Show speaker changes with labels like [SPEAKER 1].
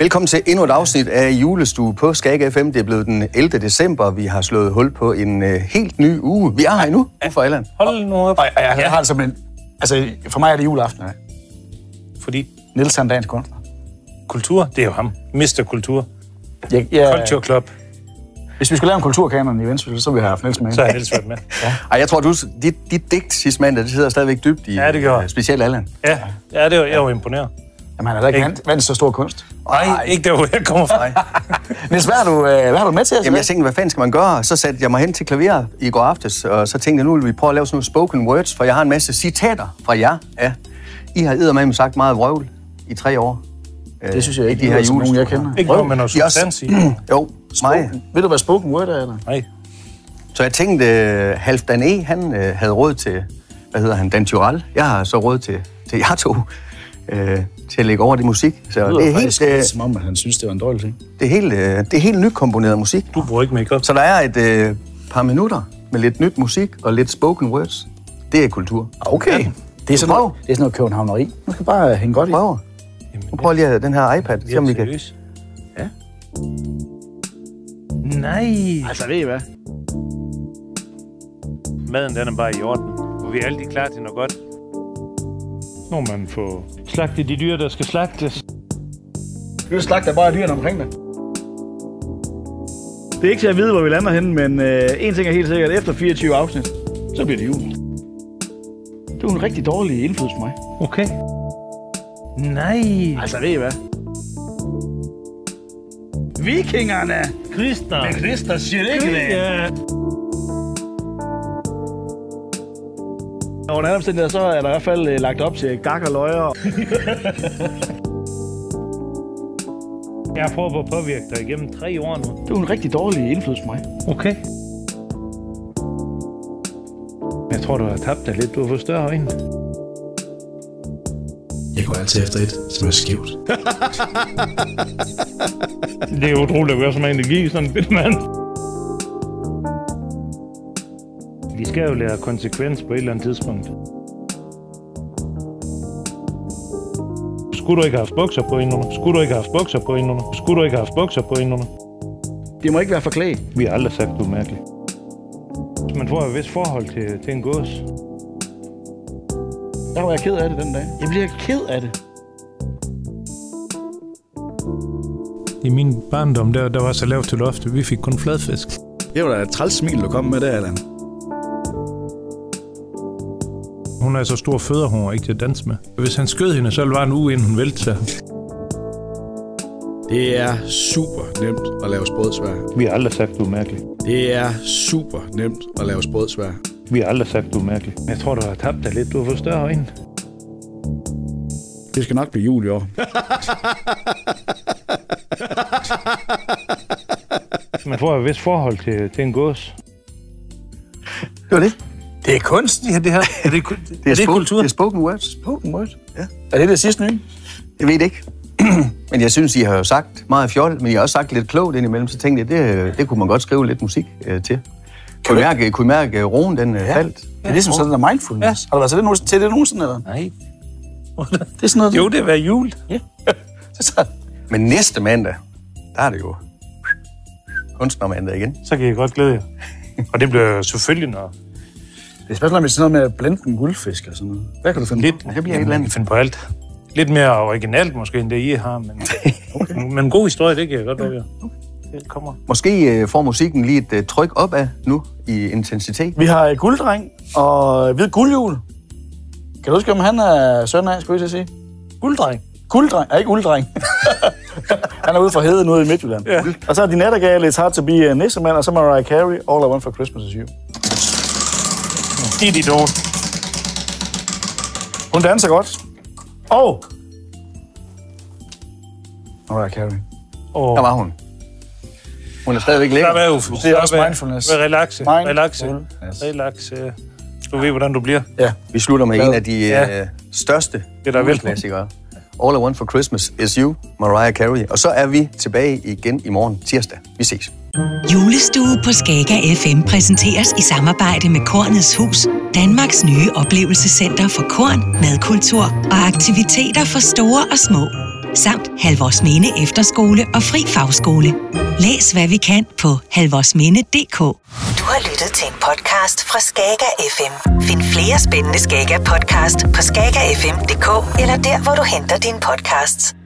[SPEAKER 1] Velkommen til endnu et afsnit af Julestue på Skag FM. Det er blevet den 11. december. Vi har slået hul på en øh, helt ny uge. Vi er her endnu, ude for Allan.
[SPEAKER 2] Hold nu op.
[SPEAKER 3] Og jeg, jeg ja. har det simpelthen... Altså, for mig er det juleaften. Nej.
[SPEAKER 2] Fordi
[SPEAKER 3] Niels er en dansk kunstner.
[SPEAKER 2] kultur, det er jo ham. Mr. Kultur.
[SPEAKER 3] Jeg, jeg,
[SPEAKER 2] Culture Club.
[SPEAKER 3] Hvis vi skulle lave en kulturkanon i Vendsyssel, så ville vi have haft Niels med.
[SPEAKER 2] Så har jeg helst været med.
[SPEAKER 1] Ej, jeg tror, du, dit, dit digt sidste mandag, det sidder stadigvæk dybt i
[SPEAKER 2] Ja, det gjorde
[SPEAKER 1] øh,
[SPEAKER 2] jeg.
[SPEAKER 1] specielt Allan.
[SPEAKER 2] Ja, ja det er jo, jeg er jo imponeret.
[SPEAKER 3] Jamen, han er da ikke vandt, vandt så stor kunst.
[SPEAKER 2] Nej, ikke der, hvor jeg kommer fra.
[SPEAKER 3] Niels, hvad har du, øh, hvad har du med til
[SPEAKER 1] Jamen,
[SPEAKER 3] os? Jamen,
[SPEAKER 1] jeg tænkte, hvad fanden skal man gøre? Så satte jeg mig hen til klaveret i går aftes, og så tænkte jeg, nu vil vi prøve at lave sådan nogle spoken words, for jeg har en masse citater fra jer. Ja. I har eddermame sagt meget vrøvl i tre år. Øh,
[SPEAKER 3] det synes jeg ikke,
[SPEAKER 1] i
[SPEAKER 3] det
[SPEAKER 1] de
[SPEAKER 3] er
[SPEAKER 1] her
[SPEAKER 3] som nogen, jeg
[SPEAKER 1] julestuer.
[SPEAKER 3] kender.
[SPEAKER 2] Ikke noget med noget
[SPEAKER 1] I også-
[SPEAKER 2] substans i.
[SPEAKER 1] Jo, mig.
[SPEAKER 3] Ved du, hvad spoken word er? Eller?
[SPEAKER 2] Nej.
[SPEAKER 1] Så jeg tænkte, øh, Halfdan E., han øh, havde råd til, hvad hedder han, Dan Tyrell. Jeg har så råd til, til jer to, øh, til at lægge over det musik. Så det, er helt, øh,
[SPEAKER 3] som om, at han synes, det var en dårlig ting.
[SPEAKER 1] det, er helt, øh, det er helt nykomponeret musik.
[SPEAKER 2] Du bruger ikke makeup.
[SPEAKER 1] Så der er et øh, par minutter med lidt nyt musik og lidt spoken words. Det er kultur.
[SPEAKER 3] Okay. Det er, sådan
[SPEAKER 1] Prøv.
[SPEAKER 3] noget, det er sådan noget københavneri. Nu skal bare hænge godt i.
[SPEAKER 1] Prøver.
[SPEAKER 2] Jamen,
[SPEAKER 1] Nu prøver lige at- den her iPad,
[SPEAKER 2] det
[SPEAKER 1] se
[SPEAKER 2] er
[SPEAKER 1] om vi kan...
[SPEAKER 2] seriøst.
[SPEAKER 3] Ja.
[SPEAKER 2] Nej.
[SPEAKER 3] Altså, ved I hvad?
[SPEAKER 2] Maden, den er bare i orden. Og vi er altid klar til noget godt. Når man får slagtet de dyr, der skal slagtes.
[SPEAKER 3] Nu slagter bare dyrene omkring dig.
[SPEAKER 4] Det er ikke til at vide, hvor vi lander henne, men øh, en ting er helt sikkert. Efter 24 afsnit, så bliver det jul. Det var en rigtig dårlig indflydelse på mig.
[SPEAKER 2] Okay. Nej.
[SPEAKER 4] Altså, ved I hvad? Vikingerne!
[SPEAKER 2] Kristner.
[SPEAKER 4] Christer Schillegren!
[SPEAKER 2] Ja.
[SPEAKER 4] Under alle omstændigheder, så er der i hvert fald øh, lagt op til gak og løjer.
[SPEAKER 2] Jeg har prøvet på at påvirke dig igennem tre år nu.
[SPEAKER 4] Det var en rigtig dårlig indflydelse på mig.
[SPEAKER 2] Okay. Jeg tror, du har tabt dig lidt. Du har fået større øjne.
[SPEAKER 5] Jeg går altid efter et, som er skævt.
[SPEAKER 2] Det er utroligt at gøre så meget energi, sådan en bit mand. Vi skal jo lære konsekvens på et eller andet tidspunkt. Skulle du ikke have haft bukser på indenunder? Skulle du ikke have haft bukser på indenunder? Skulle du ikke have haft bukser på indenunder?
[SPEAKER 4] Det må ikke være forklædt.
[SPEAKER 2] Vi har aldrig sagt, du er mærkelig. Man får et vist forhold til, til en gås.
[SPEAKER 4] Der var jeg ked af det den dag. Jeg bliver ked af det.
[SPEAKER 2] I min barndom, der, der var så lavt til loftet. Vi fik kun fladfisk.
[SPEAKER 5] Det var da et træls smil, du kom med der, Allan.
[SPEAKER 2] Hun er så stor fødder, hun var ikke til at danse med. Hvis han skød hende, så var det en uge, inden hun vælte sig.
[SPEAKER 5] Det er super nemt at lave sprødsvær.
[SPEAKER 2] Vi har aldrig sagt, du er mærkelig.
[SPEAKER 5] Det er super nemt at lave sprødsvær.
[SPEAKER 2] Vi har aldrig sagt, du er mærkelig. Jeg tror, du har tabt dig lidt. Du har fået større øjne.
[SPEAKER 5] Det skal nok blive jul i år.
[SPEAKER 2] Man får et vist forhold til, til en gås.
[SPEAKER 1] Det var det.
[SPEAKER 3] Det er kunst, det her. Det her. Er det, kun-
[SPEAKER 1] Det er, spoken, det er spoken words.
[SPEAKER 3] spoken word? Ja. Er det det sidste nye?
[SPEAKER 1] Jeg ved det ikke. men jeg synes, I har jo sagt meget fjol, men I har også sagt lidt klogt indimellem. Så tænkte jeg, det, øh, det kunne man godt skrive lidt musik øh, til. Kunne I mærke, kunne I mærke øh, roen, den øh, faldt?
[SPEAKER 3] Det er ligesom sådan noget mindfulness. Har du været til det, nu- til det nogensinde, eller?
[SPEAKER 2] Nej.
[SPEAKER 3] Det er sådan noget...
[SPEAKER 2] det var jul.
[SPEAKER 3] Det er sådan-
[SPEAKER 1] Men næste mandag, der er det jo kunstnermandag igen.
[SPEAKER 2] Så kan jeg godt glæde jer. Og det bliver selvfølgelig noget.
[SPEAKER 3] Det er spørgsmålet, om det er sådan noget med at blende en guldfisk og sådan noget. Hvad kan du finde
[SPEAKER 2] Lidt,
[SPEAKER 1] Det bliver et eller
[SPEAKER 2] man kan
[SPEAKER 1] andet.
[SPEAKER 2] finde på alt. Lidt mere originalt måske, end det I har, men, okay. men en god historie, det kan jeg godt love jer. Det kommer.
[SPEAKER 1] Måske øh, får musikken lige et øh, tryk opad nu i intensitet.
[SPEAKER 3] Vi har øh, gulddreng og øh, hvid guldhjul. Kan du huske, om han er søn af, skulle jeg til at sige?
[SPEAKER 2] Gulddreng.
[SPEAKER 3] Gulddreng? Ja, ikke ulddreng. han er ude fra Heden ude i Midtjylland. Ja. Og så er din nattergale, It's Hard to Be a Nissemand, og så Mariah Carey, All I Want for Christmas is You.
[SPEAKER 2] Didi do.
[SPEAKER 3] Hun danser godt. Og... Mariah Carey.
[SPEAKER 2] Og
[SPEAKER 1] Der var hun. Hun er stadigvæk
[SPEAKER 2] Slap
[SPEAKER 1] lækker.
[SPEAKER 2] af, Uffe.
[SPEAKER 3] Det er også
[SPEAKER 2] Slap af.
[SPEAKER 3] mindfulness.
[SPEAKER 2] Vær relaxe.
[SPEAKER 3] Mindfulness.
[SPEAKER 2] Relaxe. Relaxe. Du ved, hvordan du bliver.
[SPEAKER 3] Ja.
[SPEAKER 1] Vi slutter med en af de
[SPEAKER 2] Ja.
[SPEAKER 1] øh, største
[SPEAKER 2] er der vel.
[SPEAKER 1] klassikere. All I Want for Christmas is You, Mariah Carey. Og så er vi tilbage igen i morgen tirsdag. Vi ses.
[SPEAKER 6] Julestue på Skaga FM præsenteres i samarbejde med Kornets Hus, Danmarks nye oplevelsescenter for korn, madkultur og aktiviteter for store og små. Samt Halvorsminde Efterskole og Fri Fagskole. Læs hvad vi kan på halvorsminde.dk Du har lyttet til en podcast fra Skaga FM. Find flere spændende Skaga podcast på skagafm.dk eller der hvor du henter dine podcasts.